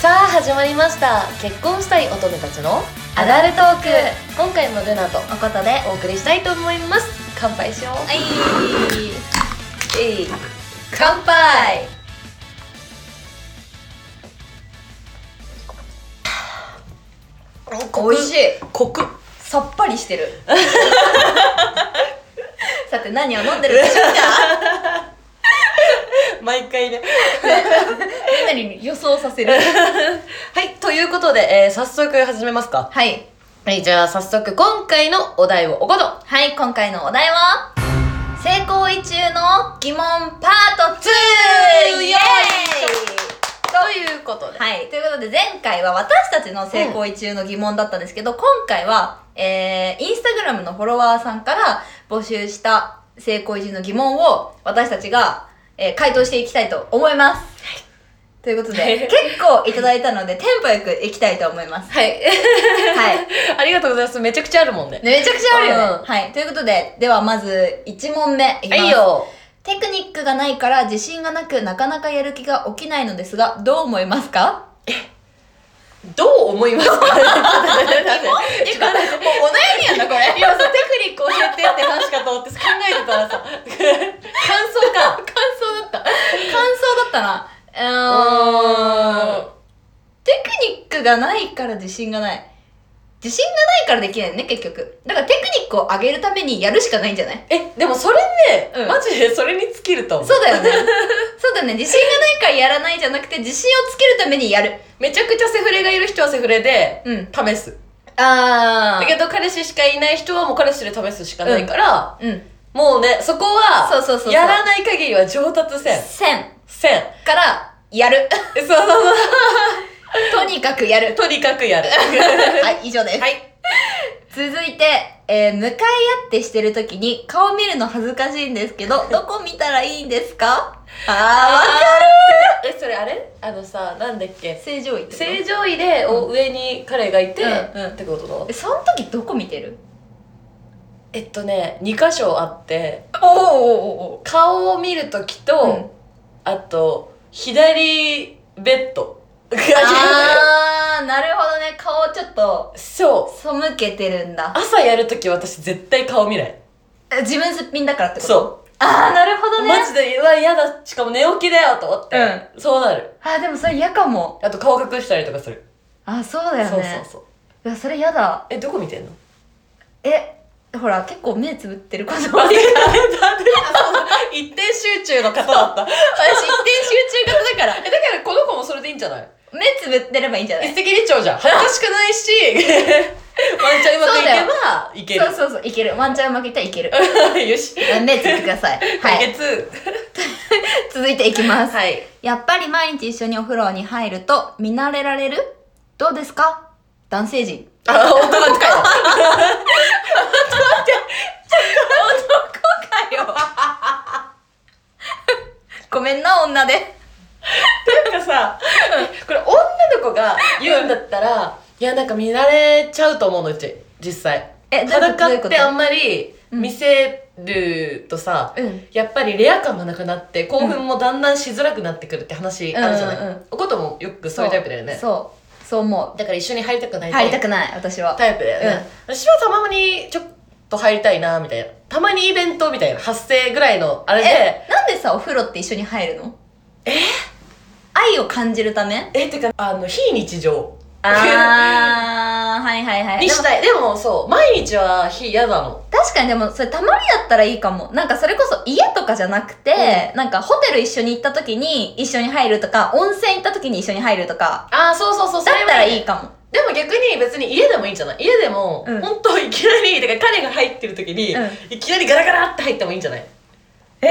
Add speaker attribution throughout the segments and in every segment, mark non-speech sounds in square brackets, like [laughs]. Speaker 1: 始まりました結婚したい乙女たちの
Speaker 2: アダルトーク
Speaker 1: 今回もルナと
Speaker 2: おことで
Speaker 1: お送りしたいと思います乾杯しよう
Speaker 2: はい
Speaker 1: えい乾杯
Speaker 2: 美味しい
Speaker 1: コク
Speaker 2: さっぱりし
Speaker 1: [laughs]
Speaker 2: てるさて何を飲んでるでしょうか [laughs]
Speaker 1: 毎回ね
Speaker 2: みんなに予想さ
Speaker 1: [laughs]
Speaker 2: せる
Speaker 1: はいということで、えー早速始めますか
Speaker 2: はい
Speaker 1: はいじゃあ早速今回のお題をおごと
Speaker 2: はい今回のお題は成功意中の疑問パート2イエーイ
Speaker 1: ということで
Speaker 2: はい。ということで、前回は私たちの成功意中の疑問だったんですけど、今回は、えー、インスタグラムのフォロワーさんから募集した成功意中の疑問を私たちが、えー回答していきたいと思います。というこ
Speaker 1: [laughs]
Speaker 2: とで、結構いただいたので、テンポよくいきたいと思います。
Speaker 1: はい
Speaker 2: はい。
Speaker 1: [laughs] ありがとうございますめちゃくちゃあるもんね
Speaker 2: めちゃくちゃあるよね。
Speaker 1: うん
Speaker 2: はい。ということで、ではまず1問目いきます。
Speaker 1: はいよ
Speaker 2: テクニックがないから自信がなくなかなかやる気が起きないのですが、どう思いますか
Speaker 1: どう思いますか
Speaker 2: てか、もうお悩みやんな、こ [laughs] れ。
Speaker 1: いや、そうテクニック教えてって話かと思って考えてたら [laughs] さ、感想か。
Speaker 2: 感想だった。感想だったな。うーん。テクニックがないから自信がない。自信がないからできないよね、結局。だからテクニックを上げるためにやるしかないんじゃない
Speaker 1: え、でもそれね、
Speaker 2: うん
Speaker 1: マジでそれに尽きると思う。
Speaker 2: そうだ [laughs] よね。そうだよね。自信がないからやらないじゃなくて、自信をつけるためにやる。
Speaker 1: めちゃくちゃセフレがいる人はセフレで、
Speaker 2: うん。
Speaker 1: 試す。
Speaker 2: あ
Speaker 1: だけど彼氏しかいない人はもう彼氏で試すしかないから、
Speaker 2: うん。
Speaker 1: もうね、そこは、
Speaker 2: そうそうそうそう
Speaker 1: やらない限りは上達せん。
Speaker 2: 線
Speaker 1: せん。
Speaker 2: から、
Speaker 1: [laughs]
Speaker 2: やる。
Speaker 1: えそうそうそ
Speaker 2: とにかくや
Speaker 1: [laughs]
Speaker 2: る
Speaker 1: う。。とにかくやる。
Speaker 2: はい、以上です。
Speaker 1: はい。
Speaker 2: 続いて、えー向かい合ってしてるときに顔見るの恥ずかしいんです
Speaker 1: [laughs]
Speaker 2: けど、どこ見たらいいんですかあ
Speaker 1: ーえ、それあれあのさ、なんだっ
Speaker 2: ー、
Speaker 1: け。
Speaker 2: 正常位ってこと
Speaker 1: 正常位で、お上に彼がいて、
Speaker 2: うんうん
Speaker 1: ってことだ。
Speaker 2: えその時どこ見てる
Speaker 1: えっとね、2箇所あって、
Speaker 2: おおお
Speaker 1: 顔を見るときと、
Speaker 2: うん
Speaker 1: あと、左ベッド。
Speaker 2: あー、なるほどね。顔ちょっ
Speaker 1: [laughs]
Speaker 2: と、
Speaker 1: そう。
Speaker 2: 背けてるんだ。
Speaker 1: 朝やるとき私絶対顔見ない。
Speaker 2: え自分すっぴんだからってことう。
Speaker 1: そ
Speaker 2: あー、なるほ
Speaker 1: う。
Speaker 2: どね
Speaker 1: マ。ジで、うわ、嫌だ。しかも寝起きだよと思って。そうなる。
Speaker 2: あー、でもそれ嫌かも。
Speaker 1: あと顔隠したりとかする。
Speaker 2: あー、そうだよね。
Speaker 1: そうそうそう。
Speaker 2: いや、それ嫌だ。
Speaker 1: え、どこ見てんの [laughs]
Speaker 2: え、ほら、結構目つぶってること
Speaker 1: なん
Speaker 2: 多い
Speaker 1: [laughs] で一点集中の方だった。
Speaker 2: 私、一点集中型だから。
Speaker 1: [laughs] え、だからこの子もそれでいいんじゃない
Speaker 2: 目つぶってればいいんじゃない
Speaker 1: 一石二鳥じゃん。恥ずかしくないし、
Speaker 2: [laughs]
Speaker 1: ワンちゃんうまくいけば、いける
Speaker 2: そう。そうそういけるワンチャンうまくいったら
Speaker 1: [laughs]
Speaker 2: い [laughs] ける
Speaker 1: よし。
Speaker 2: 目つぶってく
Speaker 1: [laughs]
Speaker 2: ださいは
Speaker 1: 解
Speaker 2: い
Speaker 1: 決。
Speaker 2: 続いていきます、
Speaker 1: はい。
Speaker 2: やっぱり毎日一緒にお風呂に入ると見慣れられるどうですか男性陣
Speaker 1: あ、本当だったよ。
Speaker 2: [laughs] かよ [laughs] ごめんな女で
Speaker 1: なんかさ、これ女の子が言うんだったら、いや、なんか見慣れちゃうと思うの、うち、実際。
Speaker 2: えどういうことどうい
Speaker 1: 裸
Speaker 2: うこ
Speaker 1: って
Speaker 2: と
Speaker 1: あんまり見せるとさ、
Speaker 2: うん
Speaker 1: やっぱりレア感もなくなって、興奮もだんだんしづらくなってくるって話あるじゃない、
Speaker 2: うんうんうん
Speaker 1: おこともよくそういうタイプだよね。
Speaker 2: そうそう思
Speaker 1: だから一緒に入りたくな
Speaker 2: う
Speaker 1: い
Speaker 2: 入りた
Speaker 1: く
Speaker 2: くない私は
Speaker 1: タイプだよね。私はたまにちょっと入りたいな、みたいな。たまにイベントみたいな、発生ぐらいの、あれで、
Speaker 2: えなんでさお風呂って一緒に入るのえ愛を感じるため
Speaker 1: えてかあの非日常
Speaker 2: あーはいはいはい
Speaker 1: [laughs] にしたいでもそう毎日は非嫌なの
Speaker 2: 確かにでもそれたまにだったらいいかもなんかそれこそ家とかじゃなくて、なんかホテル一緒に行った時に一緒に入るとか温泉行った時に一緒に入るとか
Speaker 1: ああそうそうそうそ
Speaker 2: だ
Speaker 1: れは
Speaker 2: ったらいいかも
Speaker 1: でも逆に別に家でもいいんじゃない家でも、
Speaker 2: うん
Speaker 1: 本当いきなりだから彼が入ってる時に、
Speaker 2: うん
Speaker 1: いきなりガラガラって入ってもいいんじゃない
Speaker 2: え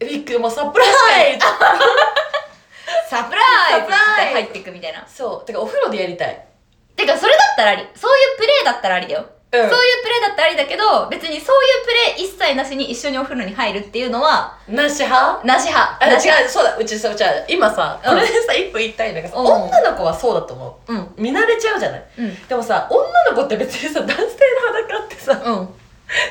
Speaker 2: え
Speaker 1: ビッグもうサプライズ
Speaker 2: ー、サプライズ
Speaker 1: サプライズ
Speaker 2: 入っていくみたいな
Speaker 1: [laughs] そうてかお風呂でやりたい
Speaker 2: てかそれだったらありそういうプレーだったらありだよ、
Speaker 1: うん
Speaker 2: そういうプレーだったらありだけど別にそういうプレー一切なしに一緒にお風呂に入るっていうのは
Speaker 1: なし派
Speaker 2: なし派
Speaker 1: あ
Speaker 2: なし派
Speaker 1: 違うそうだうちそうじゃあ今さ
Speaker 2: うん
Speaker 1: これでさ一歩言いたいのがさ、
Speaker 2: うん
Speaker 1: 女の子はそうだと思
Speaker 2: うん
Speaker 1: う見慣れちゃうじゃない
Speaker 2: うん
Speaker 1: でもさ女の子って別にさ男性の裸ってさ
Speaker 2: うん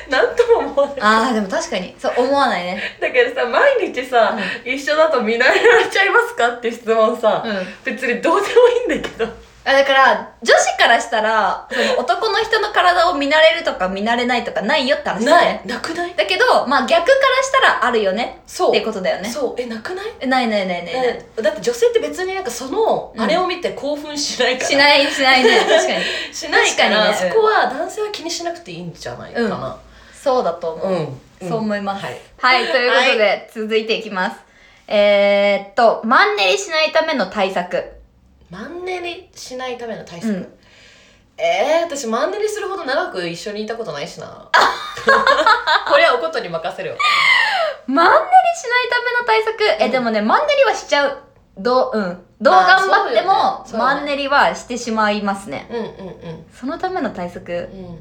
Speaker 1: なんとも思わない
Speaker 2: ああ、でも確かに。そう、思わないね。
Speaker 1: だけどさ毎日さ、一緒だと見慣れられちゃいますかって質問さ、
Speaker 2: うん。
Speaker 1: 別にどうでもいいんだけど
Speaker 2: あだから、女子からしたら、その男の人の体を見慣れるとか見慣れないとかないよって話だね。
Speaker 1: なくない
Speaker 2: だけど、まあ逆からしたらあるよね
Speaker 1: そう
Speaker 2: ってことだよね。
Speaker 1: そうえなくない
Speaker 2: えないないないないない。
Speaker 1: だって女性って別になんかその、
Speaker 2: うん
Speaker 1: あれを見て興奮しないから
Speaker 2: しないしな
Speaker 1: [laughs]
Speaker 2: いね。確かに。
Speaker 1: しないから、
Speaker 2: 確かにね
Speaker 1: そこは男性は気にしなくていいんじゃないかな
Speaker 2: そうだと思う。
Speaker 1: うん、
Speaker 2: そう思います。
Speaker 1: はい
Speaker 2: はい、ということで、続いていきます。えー、っと、マンネリしないための対策。
Speaker 1: マンネリしないための対策、
Speaker 2: うん
Speaker 1: えー、私マンネリするほど長く一緒にいたことないしな [laughs] これはおことに任せるわ
Speaker 2: マンネリしないための対策。え、
Speaker 1: うん
Speaker 2: でもね、マンネリはしちゃう。どう、うん。どう
Speaker 1: まあ
Speaker 2: 頑張っ
Speaker 1: そうよね
Speaker 2: ても、
Speaker 1: そうよね
Speaker 2: マンネリはしてしまいますね。
Speaker 1: うんうんうん
Speaker 2: そのための対策、
Speaker 1: うん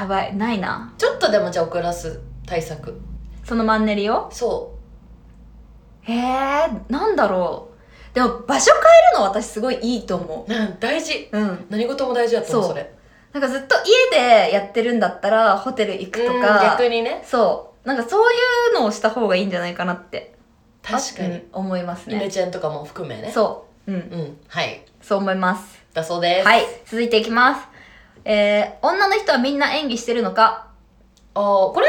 Speaker 2: やばい、ないな。
Speaker 1: ちょっとでもじゃあ遅らす対策
Speaker 2: そのマンネリを。
Speaker 1: そ
Speaker 2: へえ、なんだろう。でも、場所変えるの私すごいいいと思
Speaker 1: うなん大事
Speaker 2: う。うん。
Speaker 1: 何事も大事だと思う
Speaker 2: そ
Speaker 1: そうれ
Speaker 2: なんかずっと家でやってるんだったら、ホテル行くと
Speaker 1: うん
Speaker 2: か、
Speaker 1: 逆にね
Speaker 2: そう。なんかそういうのをした方がいいんじゃないかなって、
Speaker 1: 確かに、
Speaker 2: あうん思います
Speaker 1: イメ
Speaker 2: ね。
Speaker 1: チェンとかも含めね
Speaker 2: そう。うん。
Speaker 1: うんはい
Speaker 2: そう思います。
Speaker 1: だそうです
Speaker 2: はい、続いていきます。えー、女の人はみんな演技してるのか
Speaker 1: あーこれ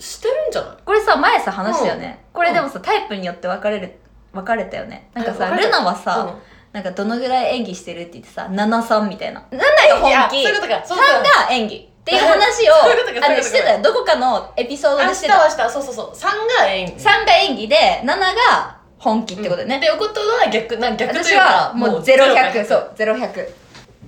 Speaker 1: してるんじゃない
Speaker 2: これさ、前さ話したよね。これでもさ、タイプによって分かれる、分かれたよね。なんか
Speaker 1: は
Speaker 2: さ、
Speaker 1: い分かれ
Speaker 2: ル
Speaker 1: た
Speaker 2: ナはさ、
Speaker 1: う
Speaker 2: なんかどのぐらい演技してるって言ってさ、7-3みたいな。7が
Speaker 1: ん、いやそ
Speaker 2: 本
Speaker 1: う
Speaker 2: 気、
Speaker 1: いう
Speaker 2: 3
Speaker 1: ことかそういうことか
Speaker 2: が演技っていう話
Speaker 1: [laughs]
Speaker 2: を
Speaker 1: そういうこと、かそういうこと
Speaker 2: あ
Speaker 1: か
Speaker 2: の、してたよ。どこかのエピソード
Speaker 1: 明
Speaker 2: でして
Speaker 1: 日
Speaker 2: た。
Speaker 1: は明日そうそうそう3が演技
Speaker 2: 3が演技で、7が本気ってことだよね。
Speaker 1: でおことは逆な逆とい
Speaker 2: 私
Speaker 1: うか
Speaker 2: はもう0、100。
Speaker 1: ゼ
Speaker 2: そ
Speaker 1: ロ
Speaker 2: う、0、100。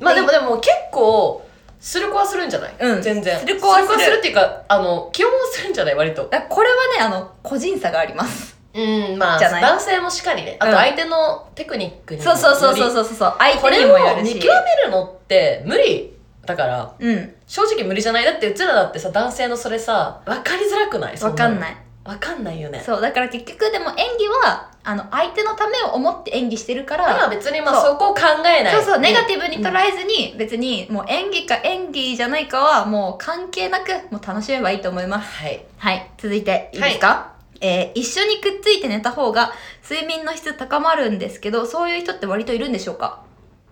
Speaker 1: まあでもでも結構する子はするんじゃない？
Speaker 2: うん
Speaker 1: 全然。
Speaker 2: する子はする
Speaker 1: するっていうかあの基本はするんじゃない割と。
Speaker 2: だからこれはね、あの、個人差があります。
Speaker 1: うんまあ
Speaker 2: じゃない
Speaker 1: 男性もしかりね。あ
Speaker 2: うん
Speaker 1: と相手のテクニックにも
Speaker 2: そうそうそうそう
Speaker 1: よ
Speaker 2: そうそう。相
Speaker 1: りこ
Speaker 2: 手に
Speaker 1: れ
Speaker 2: も
Speaker 1: を
Speaker 2: よる
Speaker 1: 見
Speaker 2: し
Speaker 1: 極。めるのって無理だから
Speaker 2: うん。
Speaker 1: 正直無理じゃないだってうちらだってさ男性のそれさ分かりづらくない？
Speaker 2: わかん
Speaker 1: い。
Speaker 2: ない。
Speaker 1: 分かんないよね。
Speaker 2: そう、だから結局でも演技は、あの、相手のためを思って演技してるか
Speaker 1: だから
Speaker 2: ら、
Speaker 1: 別にまあ
Speaker 2: そう
Speaker 1: そこを考えない。
Speaker 2: そうそう、ネガ
Speaker 1: ィ
Speaker 2: ティブに捉えずに、別にもう演技か演技じゃないかは、もう関係なく、もう楽しめばいいと思います。
Speaker 1: はい。
Speaker 2: はい、続いていいですか、えー一緒にくっついて寝た方が睡眠の質高まるんですけど、そういう人って割といるんでしょうか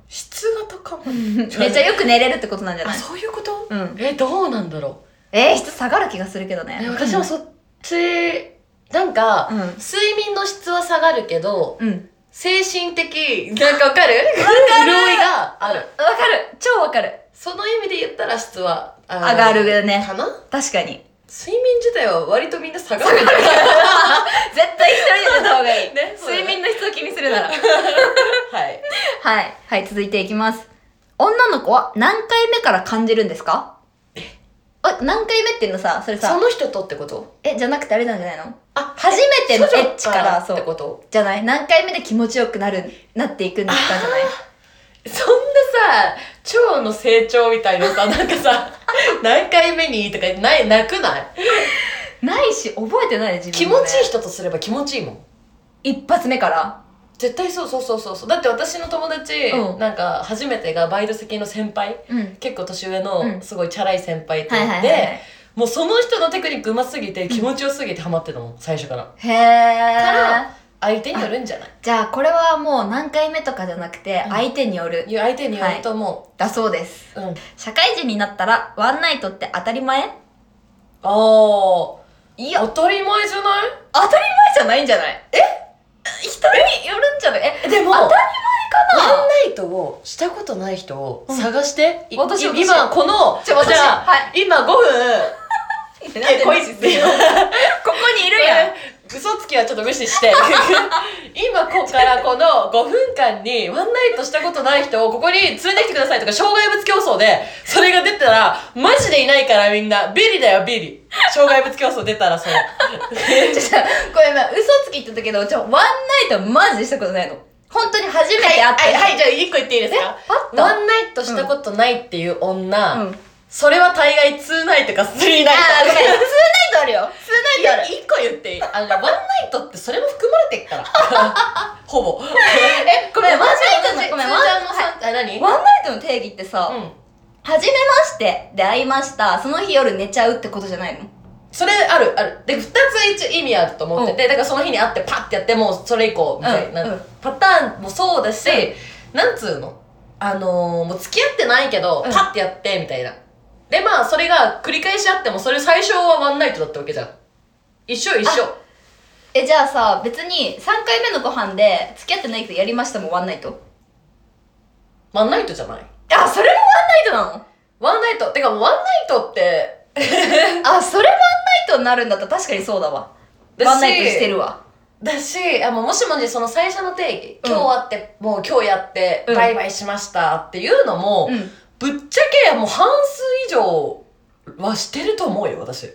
Speaker 1: 質が高まる。
Speaker 2: めっちゃよく寝れるってことなんじゃ
Speaker 1: あ
Speaker 2: ない
Speaker 1: そういうこと？
Speaker 2: うん。
Speaker 1: えどうなんだろう。
Speaker 2: えー、質下がる気がするけどね
Speaker 1: え。私もそっちなんか、
Speaker 2: うん
Speaker 1: 睡眠の質は下がるけど
Speaker 2: うん。
Speaker 1: 精神的なんかわかる [laughs] 潤いがある
Speaker 2: わかる超わかる
Speaker 1: その意味で言ったら質は上
Speaker 2: 上がるよね
Speaker 1: かな
Speaker 2: 確か
Speaker 1: [laughs]
Speaker 2: に。
Speaker 1: 睡眠自体は割とみんな下がる
Speaker 2: 絶対一人で寝た方がい
Speaker 1: [laughs]
Speaker 2: い。
Speaker 1: ねそうだね
Speaker 2: 睡眠の質を気にするなら。
Speaker 1: はい
Speaker 2: はい。はい、続いていきます。女の子は何回目から感じるんですかえ、何回目っていうのさ、それ
Speaker 1: そ
Speaker 2: さ、
Speaker 1: の人とってこと
Speaker 2: え、じゃなくてあれなんじゃないの
Speaker 1: あ
Speaker 2: 初めてのエ
Speaker 1: 処女
Speaker 2: ッチから、
Speaker 1: って
Speaker 2: そう。
Speaker 1: こと
Speaker 2: じゃない何回目で気持ちよくなる、なっていくんですかじゃない
Speaker 1: そんなさ腸の成長みたいな
Speaker 2: [laughs]
Speaker 1: さなんかさ何回目にとかないなくない
Speaker 2: ないし、覚えてないね自
Speaker 1: 気
Speaker 2: 分の
Speaker 1: 持
Speaker 2: ね
Speaker 1: ちいい人とすれば気持ちいいもん
Speaker 2: 一発目から。
Speaker 1: 絶対そうそうそうそうそうだって私の友達、
Speaker 2: うん
Speaker 1: なんか初めてがバイト先の先輩
Speaker 2: うん。
Speaker 1: 結構年上
Speaker 2: うん
Speaker 1: のすごいチャラい先輩と
Speaker 2: はいはい
Speaker 1: 会
Speaker 2: は
Speaker 1: っ
Speaker 2: い
Speaker 1: て、
Speaker 2: はい。
Speaker 1: もうその人のテクニックうますぎて気持ちよすぎてハマってたもん最初から
Speaker 2: へ
Speaker 1: から
Speaker 2: ー。
Speaker 1: 相手によるんじゃない
Speaker 2: じゃあこれはもう何回目とかじゃなくて
Speaker 1: うん
Speaker 2: 相手による
Speaker 1: いう相手によると思
Speaker 2: だそうです
Speaker 1: う、うん
Speaker 2: 社会人になったらワンナイトって当たり前
Speaker 1: あー
Speaker 2: いや
Speaker 1: 当たり前じゃな
Speaker 2: 当たり前じゃないんじゃないえ人によるんじゃないえ
Speaker 1: いでも
Speaker 2: 当た
Speaker 1: ワン
Speaker 2: か
Speaker 1: ナイトをしたことない人を探して、い
Speaker 2: 私
Speaker 1: い
Speaker 2: 私
Speaker 1: 今この
Speaker 2: ちょ私
Speaker 1: じゃあ、
Speaker 2: は
Speaker 1: 今5分
Speaker 2: [laughs] ななんで
Speaker 1: こい
Speaker 2: 無視するの [laughs] こ [laughs] こにいるやん
Speaker 1: えー嘘つきはちょっと無視して今ここからこの5分間にワンナイトしたことない人をここに連れてきてくださいとか障害物競争でそれが出たらマジでいないからみんなビリだよビリ障害物競争出たらそれ
Speaker 2: ちょちょこれ今嘘つき言ってたけどちょワンナイトマジでしたことないの本当に初めて会った
Speaker 1: はい、
Speaker 2: 人
Speaker 1: はい、じゃあ1個言っていいです
Speaker 2: え
Speaker 1: か
Speaker 2: あった
Speaker 1: ワンナイトしたことないっていう女、
Speaker 2: うん
Speaker 1: それは大概2ナイトか3ナ
Speaker 2: あ
Speaker 1: イ
Speaker 2: ーご
Speaker 1: ト
Speaker 2: [laughs] めんツーナイトあるよツー
Speaker 1: い
Speaker 2: ナイトあ
Speaker 1: や、
Speaker 2: る
Speaker 1: 1個言っていいあの、ワンナイトってそれも含まれてっから。 [laughs] ほぼ。
Speaker 2: えごめんワンナイトのごめんワン
Speaker 1: ワンナイトの、あ、何
Speaker 2: ワンナイトの定義ってさ、
Speaker 1: うん。
Speaker 2: 初めましてで会いました。その日夜寝ちゃうってことじゃないの
Speaker 1: それあるあるで2つ一応意味あると思ってて、だからその日に会ってパッてやってもうそれ以降みたいな、
Speaker 2: うんうん
Speaker 1: パターンもそうだし、なんつうのあのーもう付き合ってないけど
Speaker 2: うん
Speaker 1: パッてやってみたいな、でまあそれが繰り返しあってもそれ最初はワンナイトだったわけじゃん一緒一緒
Speaker 2: え、じゃあさ、別に3回目のご飯で付き合ってないけどやりましたもワンナイト
Speaker 1: ワンナイトじゃない
Speaker 2: あ、それもワンナイトなの
Speaker 1: ワンナイトてかもうワンナイトって
Speaker 2: あ、それワンナイトになるんだったら確かにそうだわ。
Speaker 1: だし
Speaker 2: ワンナイトしてるわ。
Speaker 1: だしあもうもしもしその最初の定義
Speaker 2: うん
Speaker 1: 今日会って、もう今日やって
Speaker 2: うん
Speaker 1: バイバイしましたっていうのも、
Speaker 2: うん。
Speaker 1: ぶっちゃけもう半数以上はしてると思うよ私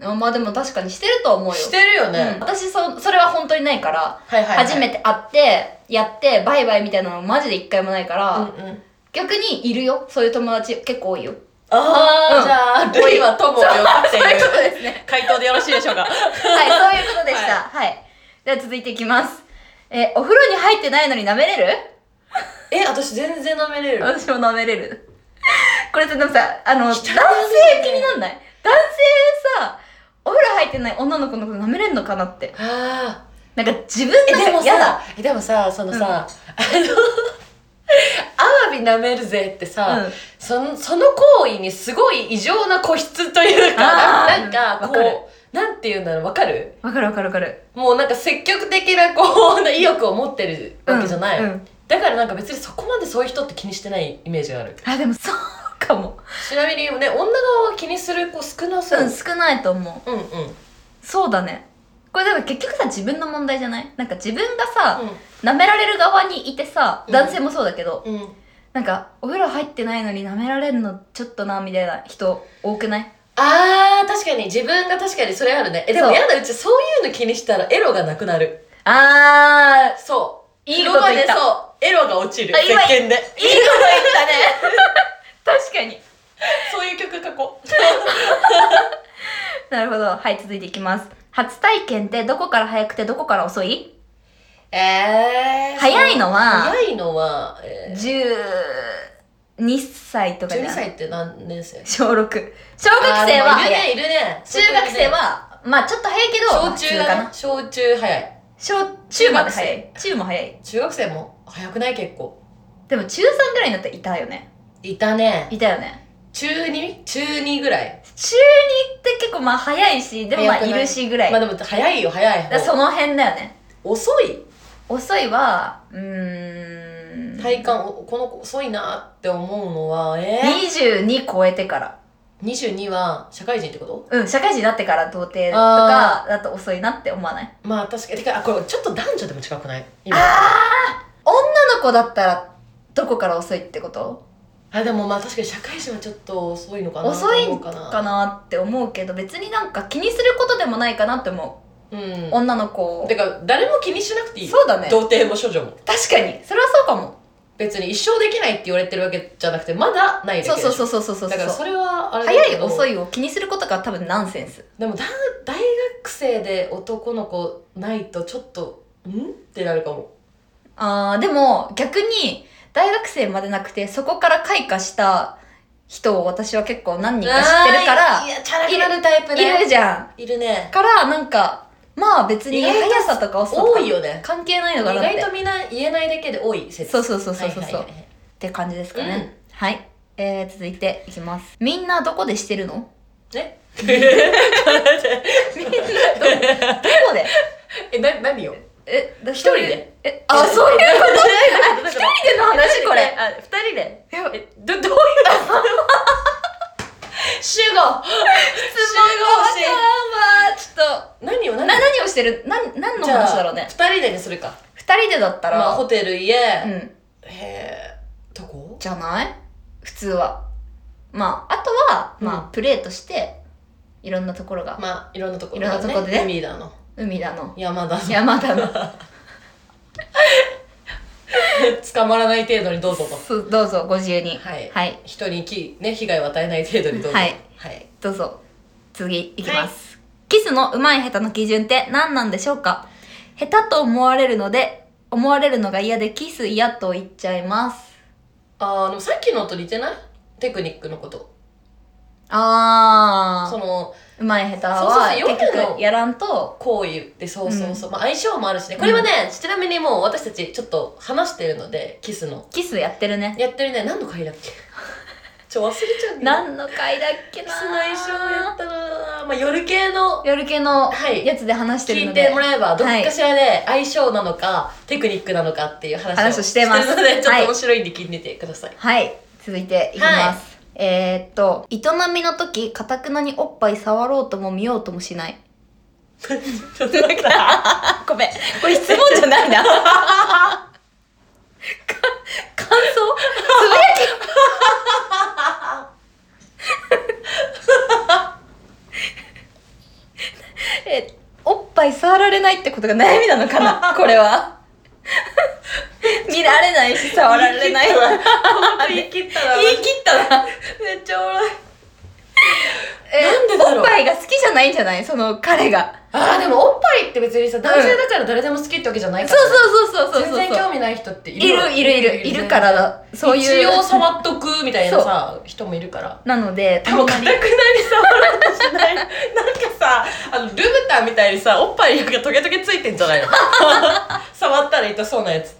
Speaker 2: あまあでも確かにしてると思うよ。
Speaker 1: してるよね、
Speaker 2: うん、私そ、それは本当にないから、
Speaker 1: はいはい、はい、
Speaker 2: 初めて会って、やって、バイバイみたいなのマジで一回もないから、
Speaker 1: うんうん
Speaker 2: 逆にいるよ。そういう友達結構多い
Speaker 1: [laughs]
Speaker 2: よ。
Speaker 1: ああ、
Speaker 2: うん
Speaker 1: じゃあルイは友を呼ぶって
Speaker 2: そういうこと
Speaker 1: いう
Speaker 2: ですね。
Speaker 1: 回答でよろしいでし
Speaker 2: [laughs]
Speaker 1: ょうか
Speaker 2: はい、そういうことでした。はい。では続いていきます。え、お風呂に入ってないのに舐めれる
Speaker 1: え私全然舐めれる
Speaker 2: 私も舐めれる。 [laughs] これさ、でもさ、あの、男性気になんない男性さ、お風呂入ってない女の子のこと舐めれんのかなって。
Speaker 1: ああ
Speaker 2: なんか自分
Speaker 1: えで
Speaker 2: なん
Speaker 1: も
Speaker 2: か嫌だ。
Speaker 1: さえでもさその [laughs]
Speaker 2: うん
Speaker 1: さ、あのアワビ舐めるぜってさ、
Speaker 2: うん
Speaker 1: そのその行為にすごい異常な固執というか
Speaker 2: あ
Speaker 1: な
Speaker 2: ー
Speaker 1: んか
Speaker 2: うんわかる
Speaker 1: こうなんていうんだろうわかる
Speaker 2: わかるわかるわかる。
Speaker 1: もうなんか積極的なこう意欲を持ってるわけじゃない、
Speaker 2: うんうん
Speaker 1: だからなんか別にそこまでそういう人って気にしてないイメージがある
Speaker 2: あ、でもそうかも。
Speaker 1: ちなみにね女側は気にする子少なそう、
Speaker 2: うん、少ないと思う。
Speaker 1: うん、うん
Speaker 2: そうだね。これでも結局さ、自分の問題じゃないなんか自分がさ、
Speaker 1: う
Speaker 2: 舐められる側にいてさ、男性もそうだけど、
Speaker 1: んうん
Speaker 2: なんか、お風呂入ってないのに舐められるのちょっとな、みたいな人多くない
Speaker 1: あー確かに自分が確かにそれあるねえでも
Speaker 2: そう
Speaker 1: やだうちそういうの気にしたらエロがなくなる
Speaker 2: あ
Speaker 1: そう
Speaker 2: いいこと言った
Speaker 1: 風呂場でそうエロが落ちる
Speaker 2: あ今
Speaker 1: 石鹸で
Speaker 2: ー、いいこと言ったね。確かに。
Speaker 1: [laughs] そういう曲書こう
Speaker 2: なるほど。はい、続いていきます。初体験ってどこから早くてどこから遅い
Speaker 1: えー、
Speaker 2: 早いのは、
Speaker 1: 早いのは、え
Speaker 2: 12歳と
Speaker 1: ー、
Speaker 2: かじゃ
Speaker 1: 12
Speaker 2: ない
Speaker 1: 歳って何年生
Speaker 2: 小6。小学生は
Speaker 1: あーでも
Speaker 2: 早い。
Speaker 1: いるねいるね
Speaker 2: 中学生は、まあちょっと早いけど、
Speaker 1: 小中
Speaker 2: まあ普通
Speaker 1: だ
Speaker 2: か
Speaker 1: ね
Speaker 2: な。
Speaker 1: 小中早い
Speaker 2: 小、中まで早い。中も早い。
Speaker 1: 中学生も早くない結構
Speaker 2: でも中3ぐらいになったらいたよね。
Speaker 1: いたね
Speaker 2: いたよね。
Speaker 1: 中 2? 中2ぐらい
Speaker 2: 中2って結構まあ早いしでもまあ
Speaker 1: 早く
Speaker 2: い
Speaker 1: ない
Speaker 2: るしぐらい、
Speaker 1: まあでも早いよ早い
Speaker 2: だからそ
Speaker 1: 方
Speaker 2: の辺だよね
Speaker 1: 遅い
Speaker 2: 遅いはうーん
Speaker 1: 体感おこの子遅いなって思うのはえ
Speaker 2: 22超えてから
Speaker 1: ー、22は社会人ってこと
Speaker 2: うん社会人になってから童貞とかだと遅いなって思わない
Speaker 1: まあ確かにてかあこれちょっと男女でも違くない今
Speaker 2: 女の子だったらどこから遅いってこと
Speaker 1: あでもまあ確かに社会人はちょっと遅いのかな
Speaker 2: 遅い
Speaker 1: と思
Speaker 2: ん
Speaker 1: うかな
Speaker 2: かなって思うけど別になんか気にすることでもないかなって思う
Speaker 1: う
Speaker 2: 女の子
Speaker 1: んてか誰も気にしなくていい
Speaker 2: そうだね
Speaker 1: 童貞も処女も
Speaker 2: 確かにそれはそうかも
Speaker 1: 別に一生できないって言われてるわけじゃなくてまだないだけでし
Speaker 2: そ
Speaker 1: ょ
Speaker 2: うそうそうそうそうそう
Speaker 1: だからそれはあれだ
Speaker 2: 早
Speaker 1: け
Speaker 2: い
Speaker 1: ど
Speaker 2: 遅いを気にすることが多分ナンセンス
Speaker 1: でもだ大学生で男の子ないとちょっとんってなるかも
Speaker 2: あーでも逆に大学生までなくてそこから開花した人を私は結構何人か知ってるか
Speaker 1: あー
Speaker 2: ら
Speaker 1: いやチャラくなるタイプね
Speaker 2: いるじゃ
Speaker 1: いるね
Speaker 2: んからなんかまあ別に
Speaker 1: 意外と
Speaker 2: 速さとか遅さと
Speaker 1: 多
Speaker 2: か
Speaker 1: いよね
Speaker 2: 関係ない
Speaker 1: 意
Speaker 2: のかなっ
Speaker 1: 外
Speaker 2: て
Speaker 1: とみんな言えないだけで多い説
Speaker 2: そうそうそうそうそうそう、
Speaker 1: はいはいはい
Speaker 2: って感じですかね、
Speaker 1: うん
Speaker 2: はいえー、続いていきますみんなどこでしてるのどこ
Speaker 1: えみんな
Speaker 2: で
Speaker 1: えな何よ
Speaker 2: えだ
Speaker 1: 一人で
Speaker 2: え
Speaker 1: [laughs]
Speaker 2: あそういうこ
Speaker 1: え
Speaker 2: と一人での話これ
Speaker 1: あ二人で
Speaker 2: いや
Speaker 1: えどどういうの集合
Speaker 2: 質問がちょっ
Speaker 1: 何を
Speaker 2: と
Speaker 1: 何
Speaker 2: な何をしてるなん何の
Speaker 1: じゃあ
Speaker 2: 話だろうね
Speaker 1: 二人でにするか
Speaker 2: 二人でだったら、
Speaker 1: まあホテル家
Speaker 2: う
Speaker 1: へ
Speaker 2: ん、
Speaker 1: えどこ
Speaker 2: じゃない普通は。まあ、あとは、
Speaker 1: うん
Speaker 2: まあ、プレーとして、いろんなところが、
Speaker 1: まあいろんなとこ
Speaker 2: いろんなとこでね
Speaker 1: 海だの
Speaker 2: 海だの、
Speaker 1: 山だの
Speaker 2: 山だの、
Speaker 1: 捕まらない程度にどうぞと
Speaker 2: [laughs] そうどうぞご自由に。
Speaker 1: はい
Speaker 2: はい、
Speaker 1: 人にき、ね、被害を与えない程度にどうぞ
Speaker 2: はい、
Speaker 1: はい、
Speaker 2: どうぞ。次、いきます。キスの上手い下手の基準って何なんでしょうか下手と思われるので、思われるのが嫌でキス嫌と言っちゃいます。
Speaker 1: あーでもさっきのと似てないテクニックのこと。
Speaker 2: あ
Speaker 1: その、
Speaker 2: うまい下手
Speaker 1: そうそうそう
Speaker 2: は
Speaker 1: 夜の
Speaker 2: 結局やらんと
Speaker 1: 行為ってそうそうそう。まあ相性もあるしね。これはね、ちなみにもう私たちちょっと話してるので、キスの。
Speaker 2: キスやってるね
Speaker 1: やってるね、何の回だっ
Speaker 2: [laughs]
Speaker 1: けちょ、忘れちゃうんだよ
Speaker 2: 何の回だっけ
Speaker 1: キ
Speaker 2: な
Speaker 1: スの相性やったら、まあ夜系の
Speaker 2: 夜系の
Speaker 1: はい
Speaker 2: やつで話してる
Speaker 1: 聞
Speaker 2: の
Speaker 1: い
Speaker 2: で、
Speaker 1: てもらえば、どっかしらで相性なのか、テクニックなのかっていう話を
Speaker 2: 話をしてます
Speaker 1: るので、ちょっ
Speaker 2: は
Speaker 1: と
Speaker 2: い
Speaker 1: 面白いんで聞いててください。
Speaker 2: はい続いていきます、えー、っと営みの時かたくなにおっぱい触ろうとも見ようともしない
Speaker 1: [laughs] ちょっとなんか、
Speaker 2: あごめんこれ質問じゃないな感想つぶやきえおっぱい触られないってことが悩みなのかなこ
Speaker 1: [laughs]
Speaker 2: れは見られないし触られない
Speaker 1: 言い切 [laughs] っ
Speaker 2: 言
Speaker 1: 言
Speaker 2: い
Speaker 1: い切ったら、
Speaker 2: 切ったな
Speaker 1: めっちゃおもろい。
Speaker 2: え
Speaker 1: なんでだろう
Speaker 2: おっぱいが好きじゃないんじゃないその彼が。
Speaker 1: あーでもおっぱいって別にさ男性だから誰でも好きってわけじゃない
Speaker 2: そう
Speaker 1: から、
Speaker 2: そうそうそうそうそう。
Speaker 1: 全然興味ない人ってい
Speaker 2: い
Speaker 1: るよ
Speaker 2: るいるいるいるかららだ。そういう。
Speaker 1: 一応触っとくみたいなさ人もいるから
Speaker 2: なので、
Speaker 1: でもかたくなに触ろうとしないなんかさあのルブタンみたいにさおっぱいがトゲトゲついてんじゃ [laughs] ないの触ったら痛そうなやつ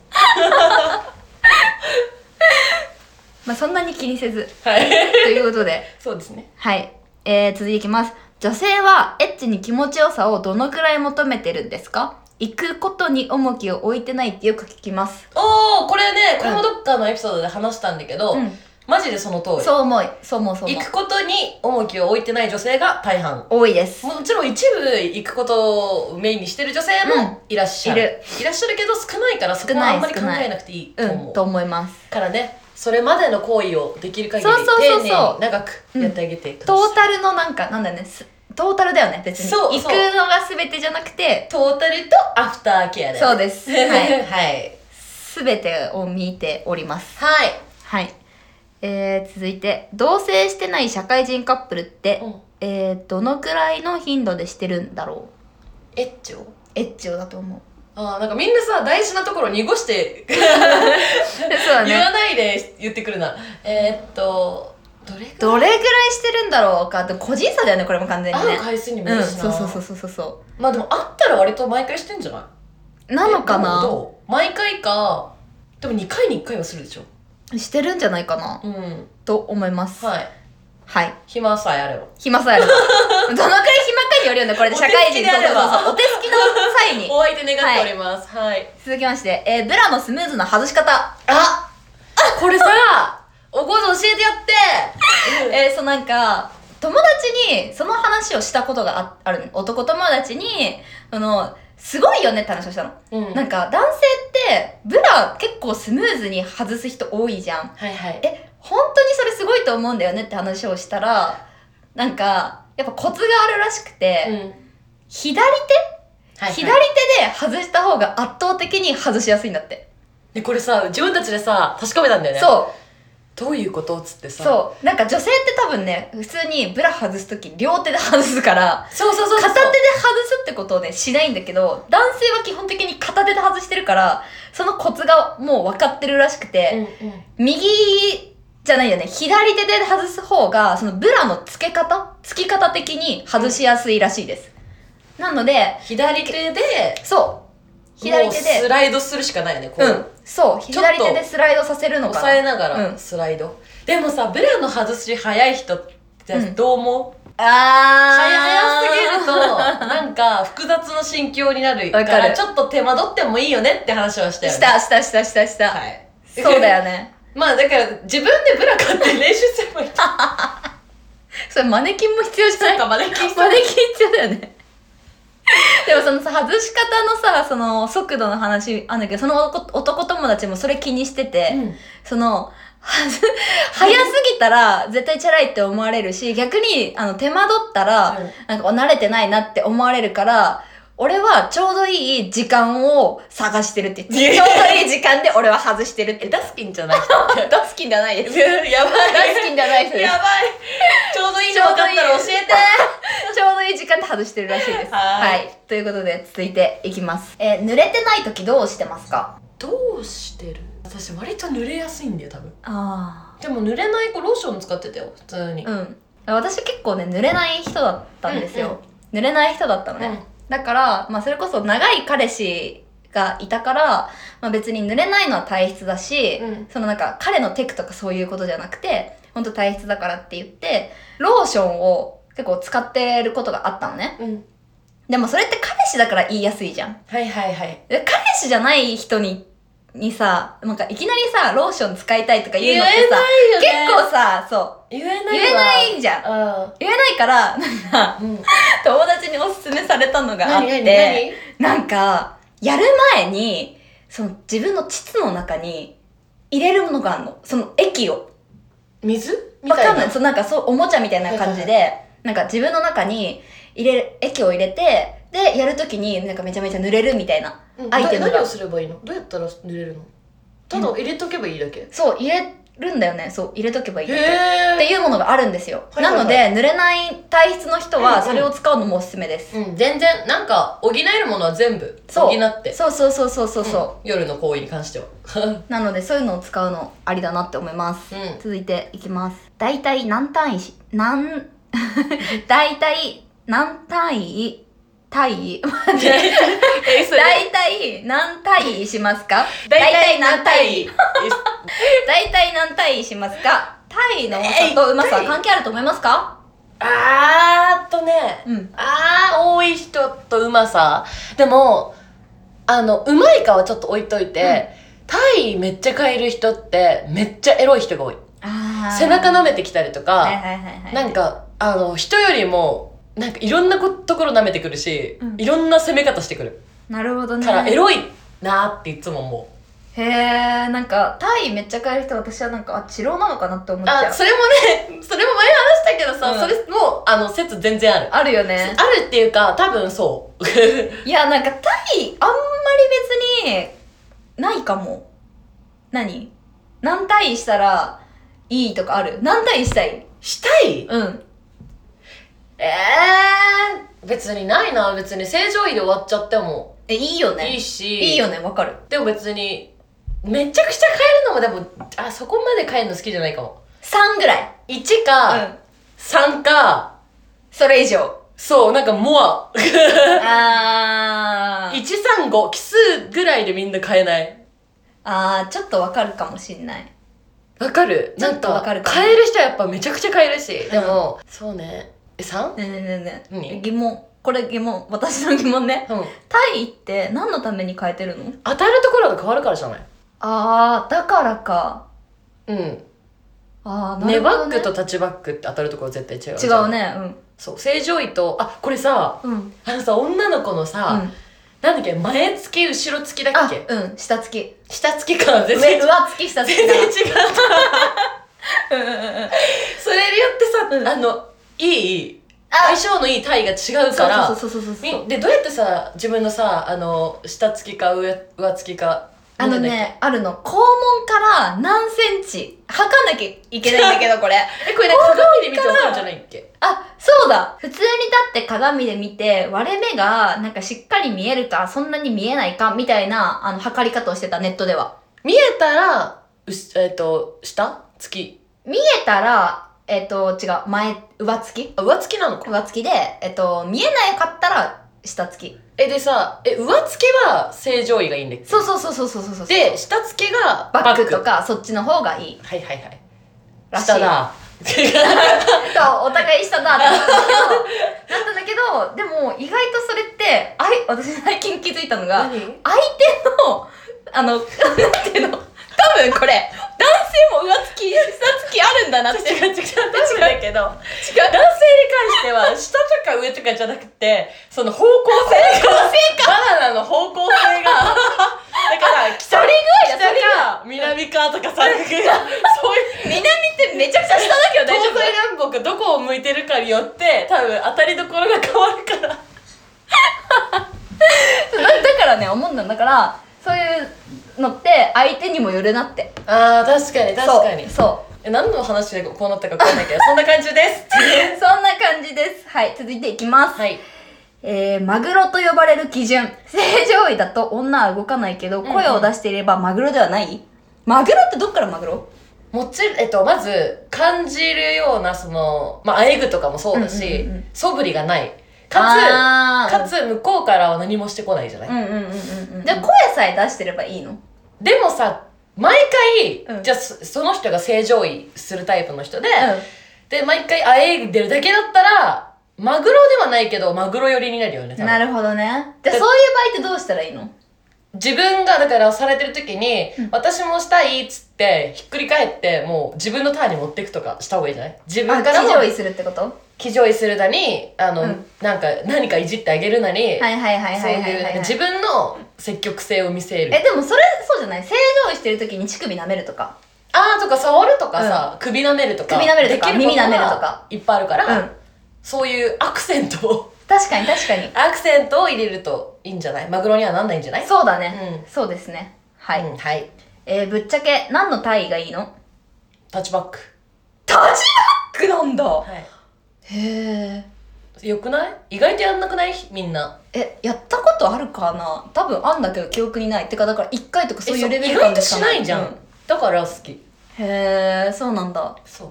Speaker 2: まあそんなに気にせず。
Speaker 1: はい
Speaker 2: ということで、
Speaker 1: そうですね
Speaker 2: はい。えー、続いていきます。女性はエッチに気持ちよさをどのくらい求めてるんですか行くことに重きを置いてないってよく聞きます。
Speaker 1: おおこれねこれもどっかのエピソードで話したんだけど、
Speaker 2: うん。
Speaker 1: マジでその通り
Speaker 2: そう思う。そう思う、そう思
Speaker 1: 行くことに重きを置いてない女性が大半
Speaker 2: う。多いです。
Speaker 1: もちろん一部行くことをメインにしてる女性もいらっしゃる、
Speaker 2: うんい
Speaker 1: らっしゃるけど少ないからそこ
Speaker 2: 少
Speaker 1: は
Speaker 2: ない
Speaker 1: あんまり考えなくていいと
Speaker 2: う
Speaker 1: 思う、
Speaker 2: ん、と思います。
Speaker 1: からねそれまでの行為をできる限り
Speaker 2: そうそうそうそ
Speaker 1: 丁
Speaker 2: う
Speaker 1: 寧に長くやってあげてく
Speaker 2: ト
Speaker 1: だ
Speaker 2: ー
Speaker 1: さい、
Speaker 2: タルのなんか、なんだよね。すトータルだよね、別に。
Speaker 1: そう
Speaker 2: 行
Speaker 1: そ
Speaker 2: く
Speaker 1: う
Speaker 2: のが全てじゃなくて、
Speaker 1: トータルとアフターケアで
Speaker 2: そうで
Speaker 1: [laughs]
Speaker 2: す。
Speaker 1: は、
Speaker 2: はいい。
Speaker 1: はい
Speaker 2: すべてを見ております。
Speaker 1: はい
Speaker 2: はい。えー、続いて、同棲してない社会人カップルって、
Speaker 1: うん
Speaker 2: えー、どのくらいの頻度でしてるんだろ
Speaker 1: エッチを
Speaker 2: うエッチをだと思う。
Speaker 1: あーなんかみんなさ大事なところ濁して
Speaker 2: [laughs] そうだ
Speaker 1: 言
Speaker 2: ね。
Speaker 1: わないで言ってくるな、えー、っとどれぐらい
Speaker 2: どれくらいしてるんだろうかって、個人差だよね、これも完全に
Speaker 1: 会
Speaker 2: ね
Speaker 1: う。回数にも
Speaker 2: う
Speaker 1: よ
Speaker 2: ん、
Speaker 1: るしな、
Speaker 2: そうそうそうそうそうそ。
Speaker 1: まあでも会ったら割と毎回してんじゃないう
Speaker 2: なのか
Speaker 1: え
Speaker 2: な
Speaker 1: どう毎回かでも2回に1回はするでしょ
Speaker 2: してるんじゃないかな
Speaker 1: うん
Speaker 2: と思います。
Speaker 1: はい
Speaker 2: はい。
Speaker 1: 暇さえあれば
Speaker 2: 暇さえあれ
Speaker 1: [laughs]
Speaker 2: ばどのくらい暇かによるよね、これで社会人
Speaker 1: お手つきであれば
Speaker 2: そうそうそうお手つきの際に。
Speaker 1: お相手願っておりますはい、
Speaker 2: 続きまして、えー、ブラのスムーズな外し方。
Speaker 1: あこれさおこず教えてやって
Speaker 2: えー、そうなんか友達にその話をしたことがあある男友達にそのすごいよねって話をしたの、
Speaker 1: うん
Speaker 2: なんか男性ってブラ結構スムーズに外す人多いじゃん
Speaker 1: はいはい
Speaker 2: え本当にそれすごいと思うんだよねって話をしたらなんかやっぱコツがあるらしくて、
Speaker 1: うん
Speaker 2: 左
Speaker 1: はいはい
Speaker 2: 手左手で外した方が圧倒的に外しやすいんだって、
Speaker 1: でこれさ自分たちでさ確かめたんだよねう
Speaker 2: そう
Speaker 1: どういうことっつってさ
Speaker 2: そうなんか女性って多分ね普通にブラ外す時両手で外すから
Speaker 1: そうそうそうそう
Speaker 2: 片手で外すってことをねしないんだけど男性は基本的に片手で外してるからそのコツがもう分かってるらしくて、
Speaker 1: うんうん
Speaker 2: 右じゃないよね左手で外す方がそのブラの付け方付き方的に外しやすいらしいです、なので
Speaker 1: 左手で
Speaker 2: そう
Speaker 1: も
Speaker 2: 左手
Speaker 1: うス
Speaker 2: で
Speaker 1: ライドするしかないよねこう、
Speaker 2: うんそう
Speaker 1: ちょっと
Speaker 2: 左手でスライドさせるのか
Speaker 1: 抑
Speaker 2: な
Speaker 1: えなが
Speaker 2: う
Speaker 1: ら
Speaker 2: ん
Speaker 1: スライド、でもさブラの外し早い人って
Speaker 2: うん
Speaker 1: どう思う、
Speaker 2: あ
Speaker 1: 早早すぎると
Speaker 2: と
Speaker 1: なんか複雑な心境になるか
Speaker 2: わからる
Speaker 1: ちょっと手間取ってもいいよねって話はしたよね
Speaker 2: したしたしたしたした、
Speaker 1: はい
Speaker 2: そうだ
Speaker 1: よ
Speaker 2: よ [laughs] ね
Speaker 1: まあだから自分でブラ買って練習すればいいそ
Speaker 2: それマネキンも必要じゃない
Speaker 1: っかマネキン
Speaker 2: マネキン必要だよね。 [laughs] でもそのさ、外し方のさ、その速度の話あるんだけど、その男男友達もそれ気にしてて、
Speaker 1: うん
Speaker 2: その、はず早すぎたら絶対チャラいって思われるし、逆にあの手間取ったら、
Speaker 1: うん
Speaker 2: なんかお慣れてないなって思われるから、俺はちょうどいい時間を探してるって言って、ちょうどいい時間で俺は外してるって
Speaker 1: え
Speaker 2: 言
Speaker 1: ダ
Speaker 2: っ
Speaker 1: スキンじゃない人
Speaker 2: [laughs] て。大好きじゃないです。
Speaker 1: やば
Speaker 2: 大好きじゃないです。
Speaker 1: やばいちょうどいいの分かったら教えて
Speaker 2: [laughs] ちょうどいい時間で外してるらしいです。
Speaker 1: はーい
Speaker 2: ということで、続いていきます。えー濡れてない時どうしてますか
Speaker 1: どうしてる私割と濡れやすいんだよ多分
Speaker 2: あ
Speaker 1: でも濡れない子ローション使ってたよ普通に、
Speaker 2: あうん私結構ね濡れない人だったんですよ、濡れない人だったのね、
Speaker 1: うん
Speaker 2: だから、まあ、それこそ長い彼氏がいたから、まあ、別に濡れないのは体質だし、
Speaker 1: うん
Speaker 2: そのなんか彼のテクとかそういうことじゃなくて本当体質だからって言ってローションを結構使ってることがあったのね
Speaker 1: うん、
Speaker 2: でもそれって彼氏だから言いやすいじゃん
Speaker 1: はいはいはい
Speaker 2: で彼氏じゃない人ににさなんかいきなりさローション使いたいとか言うのってさ
Speaker 1: よ
Speaker 2: 結構さそう
Speaker 1: 言えない
Speaker 2: 言えないじゃん
Speaker 1: わ
Speaker 2: 言えないからなんか
Speaker 1: うん、うん、
Speaker 2: 友達におすすめされたのがあっ
Speaker 1: 何何
Speaker 2: て
Speaker 1: 何
Speaker 2: なんかやる前にその自分の膣の中に入れるものがあるのその液を
Speaker 1: 水み
Speaker 2: わ
Speaker 1: たいな
Speaker 2: かんない。そう、なんかそう、おもちゃみたいな感じで、なんか自分の中に入れる、液を入れて、で、やるときになんかめちゃめちゃ濡れるみたいな。
Speaker 1: うん
Speaker 2: アイテムが
Speaker 1: な何をすればいいのどうやったら濡れるのただ入れとけばいいだけ、
Speaker 2: そう、入れるんだよね。そう、入れとけばいいだけ。
Speaker 1: へ
Speaker 2: っていうものがあるんですよ。
Speaker 1: はいはいはい
Speaker 2: なので、濡れない体質の人
Speaker 1: うんう
Speaker 2: は
Speaker 1: ん
Speaker 2: それを使うのもおすすめです。
Speaker 1: うん、全然なんか補えるものは全部
Speaker 2: そ
Speaker 1: 補
Speaker 2: う
Speaker 1: って
Speaker 2: そうそうそうそうそうそう、
Speaker 1: うん夜の行為に関しては
Speaker 2: なので、そういうのを使うのありだなって思いま
Speaker 1: [laughs]
Speaker 2: す。
Speaker 1: うん
Speaker 2: 続いていきます。大体何単位し、何、 [laughs] 大体何単位、単位、
Speaker 1: えそ
Speaker 2: 大体何対位します
Speaker 1: [laughs]
Speaker 2: か
Speaker 1: 大体何
Speaker 2: 対
Speaker 1: 対
Speaker 2: 位
Speaker 1: 位
Speaker 2: 大体何対位しますかタイの重さとうまさは関係あると思いますか
Speaker 1: [laughs] あーっとね
Speaker 2: うん。
Speaker 1: あー多い人とうまさでもあのうまいかはちょっと置いといて、体位めっちゃ変える人ってめっちゃエロい人が多い
Speaker 2: あ
Speaker 1: 背中舐
Speaker 2: め
Speaker 1: めてきたりとか、
Speaker 2: はいはいはいはい。
Speaker 1: なんかあの人よりもなんかいろんなこところ舐めてくるし、
Speaker 2: うん
Speaker 1: いろんな攻め方してくる
Speaker 2: なるほどね。
Speaker 1: からエロいなーっていつも思う
Speaker 2: へえ、なんかタイめっちゃ変える人私はなんか、あ、治療なのかなって思っちゃ
Speaker 1: あ
Speaker 2: う。
Speaker 1: それもね [laughs] それも前話したけどさ、
Speaker 2: うん
Speaker 1: それもうあの説全然ある、
Speaker 2: あるよね。
Speaker 1: あるっていうか多分そう [laughs]
Speaker 2: いや、なんかタイあんまり別にないかも。何何対位したらいいとかある何対位したい
Speaker 1: したい
Speaker 2: うん。
Speaker 1: えー、別にないな別に正常位で終わっちゃっても
Speaker 2: え、いいよね。
Speaker 1: いいし
Speaker 2: いいよね、わかる。
Speaker 1: でも別にめちゃくちゃ変えるのもでもあそこまで変えるの好きじゃないかも
Speaker 2: 3ぐらい。
Speaker 1: 1
Speaker 2: う
Speaker 1: か
Speaker 2: ん。
Speaker 1: 3か、
Speaker 2: それ以上。
Speaker 1: そうなんかモア
Speaker 2: あー。
Speaker 1: 135奇数ぐらいでみんな変えない
Speaker 2: あー、ちょっとわかるかもしんない。
Speaker 1: わかる
Speaker 2: ちょ
Speaker 1: な
Speaker 2: っ
Speaker 1: ん
Speaker 2: とわかるかも
Speaker 1: 変える人はやっぱめちゃくちゃ変えるしでも、そうねえ 3?
Speaker 2: ねえねえねえねえ。
Speaker 1: 何
Speaker 2: 疑問。これ疑問。私の疑問ね。
Speaker 1: うん
Speaker 2: 体位って何のために変えてるの
Speaker 1: 当たるところが変わるからじゃない
Speaker 2: あー、だからか。
Speaker 1: うん。
Speaker 2: あー、な
Speaker 1: ネ
Speaker 2: る
Speaker 1: バ
Speaker 2: ほど、
Speaker 1: ッ
Speaker 2: ね。
Speaker 1: クとタッチバックって当たるところ絶対違う。
Speaker 2: 違う。ね。
Speaker 1: そう。正常位と、あ、これさ、
Speaker 2: うん。うん。
Speaker 1: あのさ、女の子のさ、
Speaker 2: うん
Speaker 1: なんだっけ、前付き、後ろ付きだっ
Speaker 2: あ
Speaker 1: け、
Speaker 2: うん。下付き。
Speaker 1: 下付きか、
Speaker 2: 上、
Speaker 1: 全然違う。
Speaker 2: 上付き、下付き
Speaker 1: 全
Speaker 2: だ。
Speaker 1: 然違
Speaker 2: [laughs]
Speaker 1: う。
Speaker 2: うんうんうんうん。
Speaker 1: それによってさ、
Speaker 2: うん
Speaker 1: あの、いい、
Speaker 2: あ
Speaker 1: 相性のいい体が違う
Speaker 2: そ
Speaker 1: か
Speaker 2: う
Speaker 1: ら、
Speaker 2: そうそうそうそうそう。
Speaker 1: みで、どうやってさ、自分のさ、あの、下付きか上、上付きか、
Speaker 2: あの
Speaker 1: なんだっ
Speaker 2: ね、あるの。肛門から何センチ測んなきゃいけないんだけ [laughs] ど、これ。
Speaker 1: け、え、これね、鏡で見てわかるんじゃないっけ
Speaker 2: あ、そうだ普通に立って鏡で見て、割れ目がなんかしっかり見えるか、そんなに見えないか、みたいな、あの、測り方をしてた、ネットでは。
Speaker 1: 見えたら、うしえっ、と、下付き。
Speaker 2: 見えたら、えっ、と、違う、前、上付き
Speaker 1: あ、上付きなのか。
Speaker 2: 上付きで、えっ、と、見えなかったら、下付き。
Speaker 1: えでさえ上付きは正常位がいいんだっけ
Speaker 2: そうそうそうそうそうそうそう。
Speaker 1: で、下付きが
Speaker 2: バックとか、そっちの方がいい。
Speaker 1: はいはいはい
Speaker 2: らしい。
Speaker 1: 下だ
Speaker 2: そう、お互い下だってなったんだけど、なったんだけど、でも、意外とそれって、あい、私最近気づいたのが、相手の、あの、なんていうの、多分これ、男性も上付き、下付きあるんだなって。
Speaker 1: 違う違う違うだけど男性に関しては下とか上とかじゃなくてその方向性がバナナの方向性 [laughs] がだから北
Speaker 2: それぐらいだ、それが。
Speaker 1: か南かとかさそういう
Speaker 2: 南ってめちゃくちゃ下だけ
Speaker 1: [laughs]
Speaker 2: ど大
Speaker 1: 東
Speaker 2: 丈夫
Speaker 1: 西南北どこを向いてるかによって多分当たりどころが変わるから
Speaker 2: だだからね、思うんだ。だから、そういうのって、相手にもよるなって。
Speaker 1: あー確かに
Speaker 2: そう。そう
Speaker 1: え何の話で [laughs] こうなったか分かんないけどそんな感じです
Speaker 2: そんな感じです。はい、続いていきます。
Speaker 1: はい
Speaker 2: えー、マグロと呼ばれる基準。正常位だと女は動かないけど、
Speaker 1: んうん
Speaker 2: 声を出していればマグロではないマグロってどっからマグロ
Speaker 1: もちろん、えっと、まず、感じるような、その、まあ、あえぐとかもそうだし、
Speaker 2: うんうんうんうん
Speaker 1: 素振りがない。か
Speaker 2: あ
Speaker 1: つ、
Speaker 2: ー
Speaker 1: かつ、向こうからは何もしてこないじゃない、
Speaker 2: うんうんうんうんうん。じゃあ声さえ出してればいいの
Speaker 1: でもさ、毎回、
Speaker 2: うん
Speaker 1: じゃあ、そその人が正常位するタイプの人で、
Speaker 2: う
Speaker 1: で、毎回、あえいでるだけだったら、マグロではないけど、マグロ寄りになるよね、多
Speaker 2: ん。
Speaker 1: 分
Speaker 2: なるほどね。じゃあそういう場合ってどうしたらいいの
Speaker 1: 自分が、だから、されてる時に、私もしたいっつって、ひっくり返って、もう、自分のターンに持っていくとかした方がいいんじゃない自
Speaker 2: あ、
Speaker 1: 分から
Speaker 2: 地
Speaker 1: も
Speaker 2: 上位するってことは
Speaker 1: 騎乗位するなり、あの、
Speaker 2: うん
Speaker 1: なんか、何かいじってあげるなり、
Speaker 2: いはいはいはい
Speaker 1: そう
Speaker 2: はいいは
Speaker 1: う、
Speaker 2: い、
Speaker 1: なんか自分の積極性を見せる。
Speaker 2: え、でもそれ、そうじゃない正常位してる時に乳首舐めるとか。
Speaker 1: あーとか触るとかさ、首舐めるとか。
Speaker 2: 首舐める
Speaker 1: で
Speaker 2: とか
Speaker 1: きことが
Speaker 2: 耳舐めるとか
Speaker 1: いっぱいあるか
Speaker 2: うん。
Speaker 1: ら、そういうアクセントを、 [laughs]
Speaker 2: 確かに確かに。
Speaker 1: アクセントを入れるといいんじゃないマグロにはなんないんじゃない
Speaker 2: そうだね。
Speaker 1: う
Speaker 2: そうですね。はい。
Speaker 1: うんはい。
Speaker 2: えー、ぶっちゃけ、何の体位がいいの
Speaker 1: タッチバック。
Speaker 2: タジバックなんだ
Speaker 1: は
Speaker 2: へえ。
Speaker 1: い。よくない意外とやんなくないみんな。
Speaker 2: え、やったことあるかな多分あんだけど記憶にない。てか、だから一回とかそういうレベル感
Speaker 1: えそう意外としないじゃん。
Speaker 2: う
Speaker 1: だから好き。
Speaker 2: へえ、そうなんだ。
Speaker 1: そう。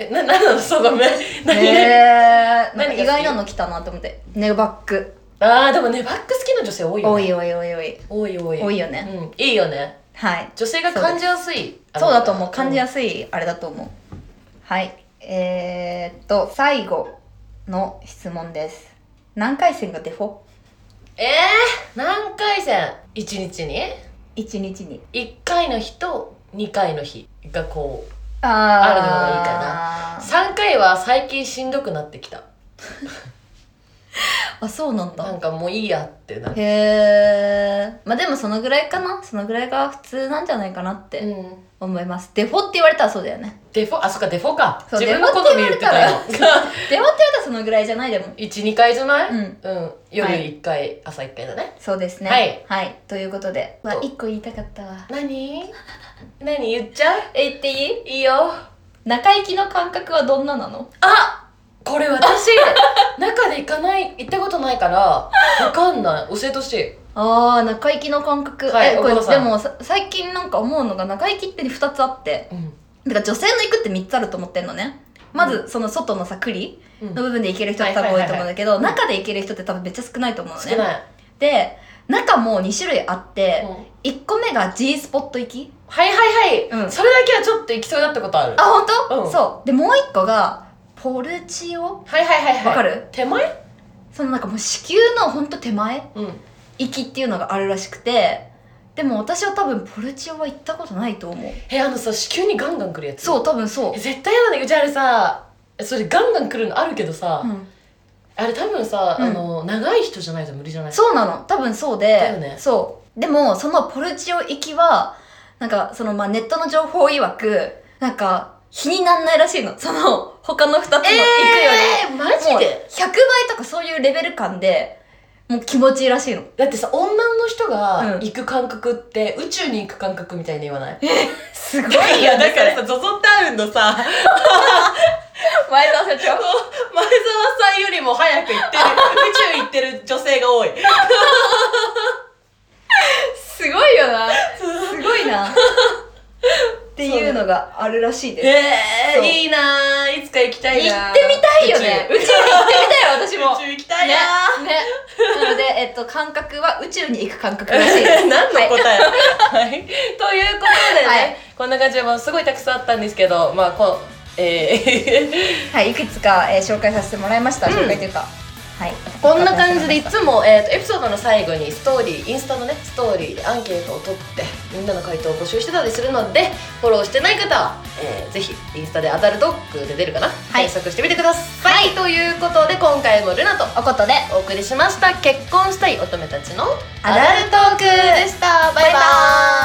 Speaker 1: え、な、 [laughs] なんなのそうごめん。 [laughs] 何
Speaker 2: へえ。なんか
Speaker 1: 何が好き
Speaker 2: 意外なの来たなと思って。ね、バック。
Speaker 1: あー、でもね、バック好きな女性多いよ、ね。
Speaker 2: おいおいおいおい。
Speaker 1: 多い多い
Speaker 2: 多いよね
Speaker 1: うん、いいよね
Speaker 2: はい。
Speaker 1: 女性が感じやすい
Speaker 2: そうだと思う。感じや
Speaker 1: す
Speaker 2: すい、あれだと思う。はい。えー、っと、最後の質問です。何回戦がデフォ
Speaker 1: い、えー、何回戦一日に
Speaker 2: ?1 日に。
Speaker 1: 一回の日と二回の日がこう
Speaker 2: あ
Speaker 1: あるのがいいか
Speaker 2: い
Speaker 1: 三回は最近しんどくなってきた
Speaker 2: かな。あ、そうなん
Speaker 1: な
Speaker 2: だ。
Speaker 1: んかもういいやってなる
Speaker 2: へえ。まあでもそのぐらいかな。そのぐらいが普通なんじゃないかなっ
Speaker 1: う
Speaker 2: て
Speaker 1: ん
Speaker 2: 思います。デフォって言われたらそうだよね。
Speaker 1: デフォあそっかデフォか
Speaker 2: そう
Speaker 1: 自分のこと見るってたよ
Speaker 2: デフォって言わデフォって言われたらそのぐらいじゃないでも。
Speaker 1: [laughs] 一二回じゃない
Speaker 2: うん
Speaker 1: うん、
Speaker 2: は
Speaker 1: 夜
Speaker 2: い
Speaker 1: 一回、朝一回だね
Speaker 2: そうですね。
Speaker 1: はい。
Speaker 2: はい。ということで。まあ一個言いたかったわ。
Speaker 1: 何何言っちゃう
Speaker 2: え、言っていい
Speaker 1: いいよ
Speaker 2: 中行きの感覚はどんななの
Speaker 1: あこれ [laughs] 私中で行かない行ったことないからわかんない教えてほしい
Speaker 2: ああ中行きの感覚、
Speaker 1: はい
Speaker 2: えこ
Speaker 1: お
Speaker 2: れ
Speaker 1: 母さん
Speaker 2: でもさ最近なんか思うのが中行きって2つあって
Speaker 1: うん
Speaker 2: だから女性の行くって3つあると思ってんのねまずその外のさ栗
Speaker 1: うん
Speaker 2: の部分で行ける人って多分多いと思うんだけど中で行ける人って多分めっちゃ少ないと思うの
Speaker 1: 少
Speaker 2: ね
Speaker 1: ない、
Speaker 2: で中も2種類あって
Speaker 1: うん
Speaker 2: 1個目が G スポット行き
Speaker 1: はいはいはい、
Speaker 2: うん
Speaker 1: それだけはちょっと行きそうだったことある
Speaker 2: あ本当、
Speaker 1: うん
Speaker 2: そうでもう1個がポルチオ
Speaker 1: はいはいはいはい
Speaker 2: わかる
Speaker 1: 手前
Speaker 2: そのなんかもう子宮のほんと手前
Speaker 1: うん
Speaker 2: 行きっていうのがあるらしくてでも私は多分ポルチオは行ったことないと思う
Speaker 1: えあのさ子宮にガンガン来るやつ
Speaker 2: そうう多分そう、
Speaker 1: 絶対嫌なんだけどじゃああれさそれガンガン来るのあるけどさ、
Speaker 2: うん、
Speaker 1: あれ多分さ、
Speaker 2: うん
Speaker 1: あの長い人じゃないと無理じゃない
Speaker 2: そうなの多分そうで
Speaker 1: だよね
Speaker 2: そうでもそのポルチオ行きはなんかそのまあネットの情報曰くなんか日になんないらしいのその他の2つの行くより、
Speaker 1: えー、マジ
Speaker 2: もう
Speaker 1: で
Speaker 2: 100倍とかそういうレベル感でもう気持ちいいらしいの
Speaker 1: だってさ女の人が
Speaker 2: うん
Speaker 1: 行く感覚って、宇宙に行く感覚みたいに言わない
Speaker 2: すごい
Speaker 1: いやいや、だから
Speaker 2: それ
Speaker 1: さ、ゾゾタウンのさ、
Speaker 2: 前澤社長
Speaker 1: 前澤さんよりも早く行 [laughs] ってる、宇宙行ってる女性が多い。
Speaker 2: すごいよなすごいなっていうのがあるらしいです
Speaker 1: え
Speaker 2: そう
Speaker 1: ー、いいなーいつか行きた
Speaker 2: 行
Speaker 1: い
Speaker 2: ってみ
Speaker 1: なー
Speaker 2: たいよね宇宙に行ってみたいよ私
Speaker 1: 宇宙
Speaker 2: も
Speaker 1: 宇宙行きたいな
Speaker 2: ねねなので、えっと、感覚は宇宙に行く感覚らしいです
Speaker 1: ー [laughs] 何の
Speaker 2: はい
Speaker 1: 答え、はい、ということでね、
Speaker 2: はい
Speaker 1: こんな感じで、まあ、すごいたくさんあったんですけど、まあ、こう、えー、
Speaker 2: はい、いくつか、えー紹介させてもらいました
Speaker 1: うん
Speaker 2: 紹介というか、はい
Speaker 1: こんな感じでい
Speaker 2: つ
Speaker 1: つも、えー、とエピソードの最後にストーリーインスタのねストーリーでアンケートを取ってみんなの回答を募集してたりするのでフォローしてない方は、えーぜひインスタでアダルトックで出るかな、
Speaker 2: い
Speaker 1: 検索してみてください、ということで今回もルナと
Speaker 2: おことで
Speaker 1: お送りしました結婚したい乙女たちの
Speaker 2: アダルトーク
Speaker 1: でしたバイババ
Speaker 2: バイバ
Speaker 1: イバーイ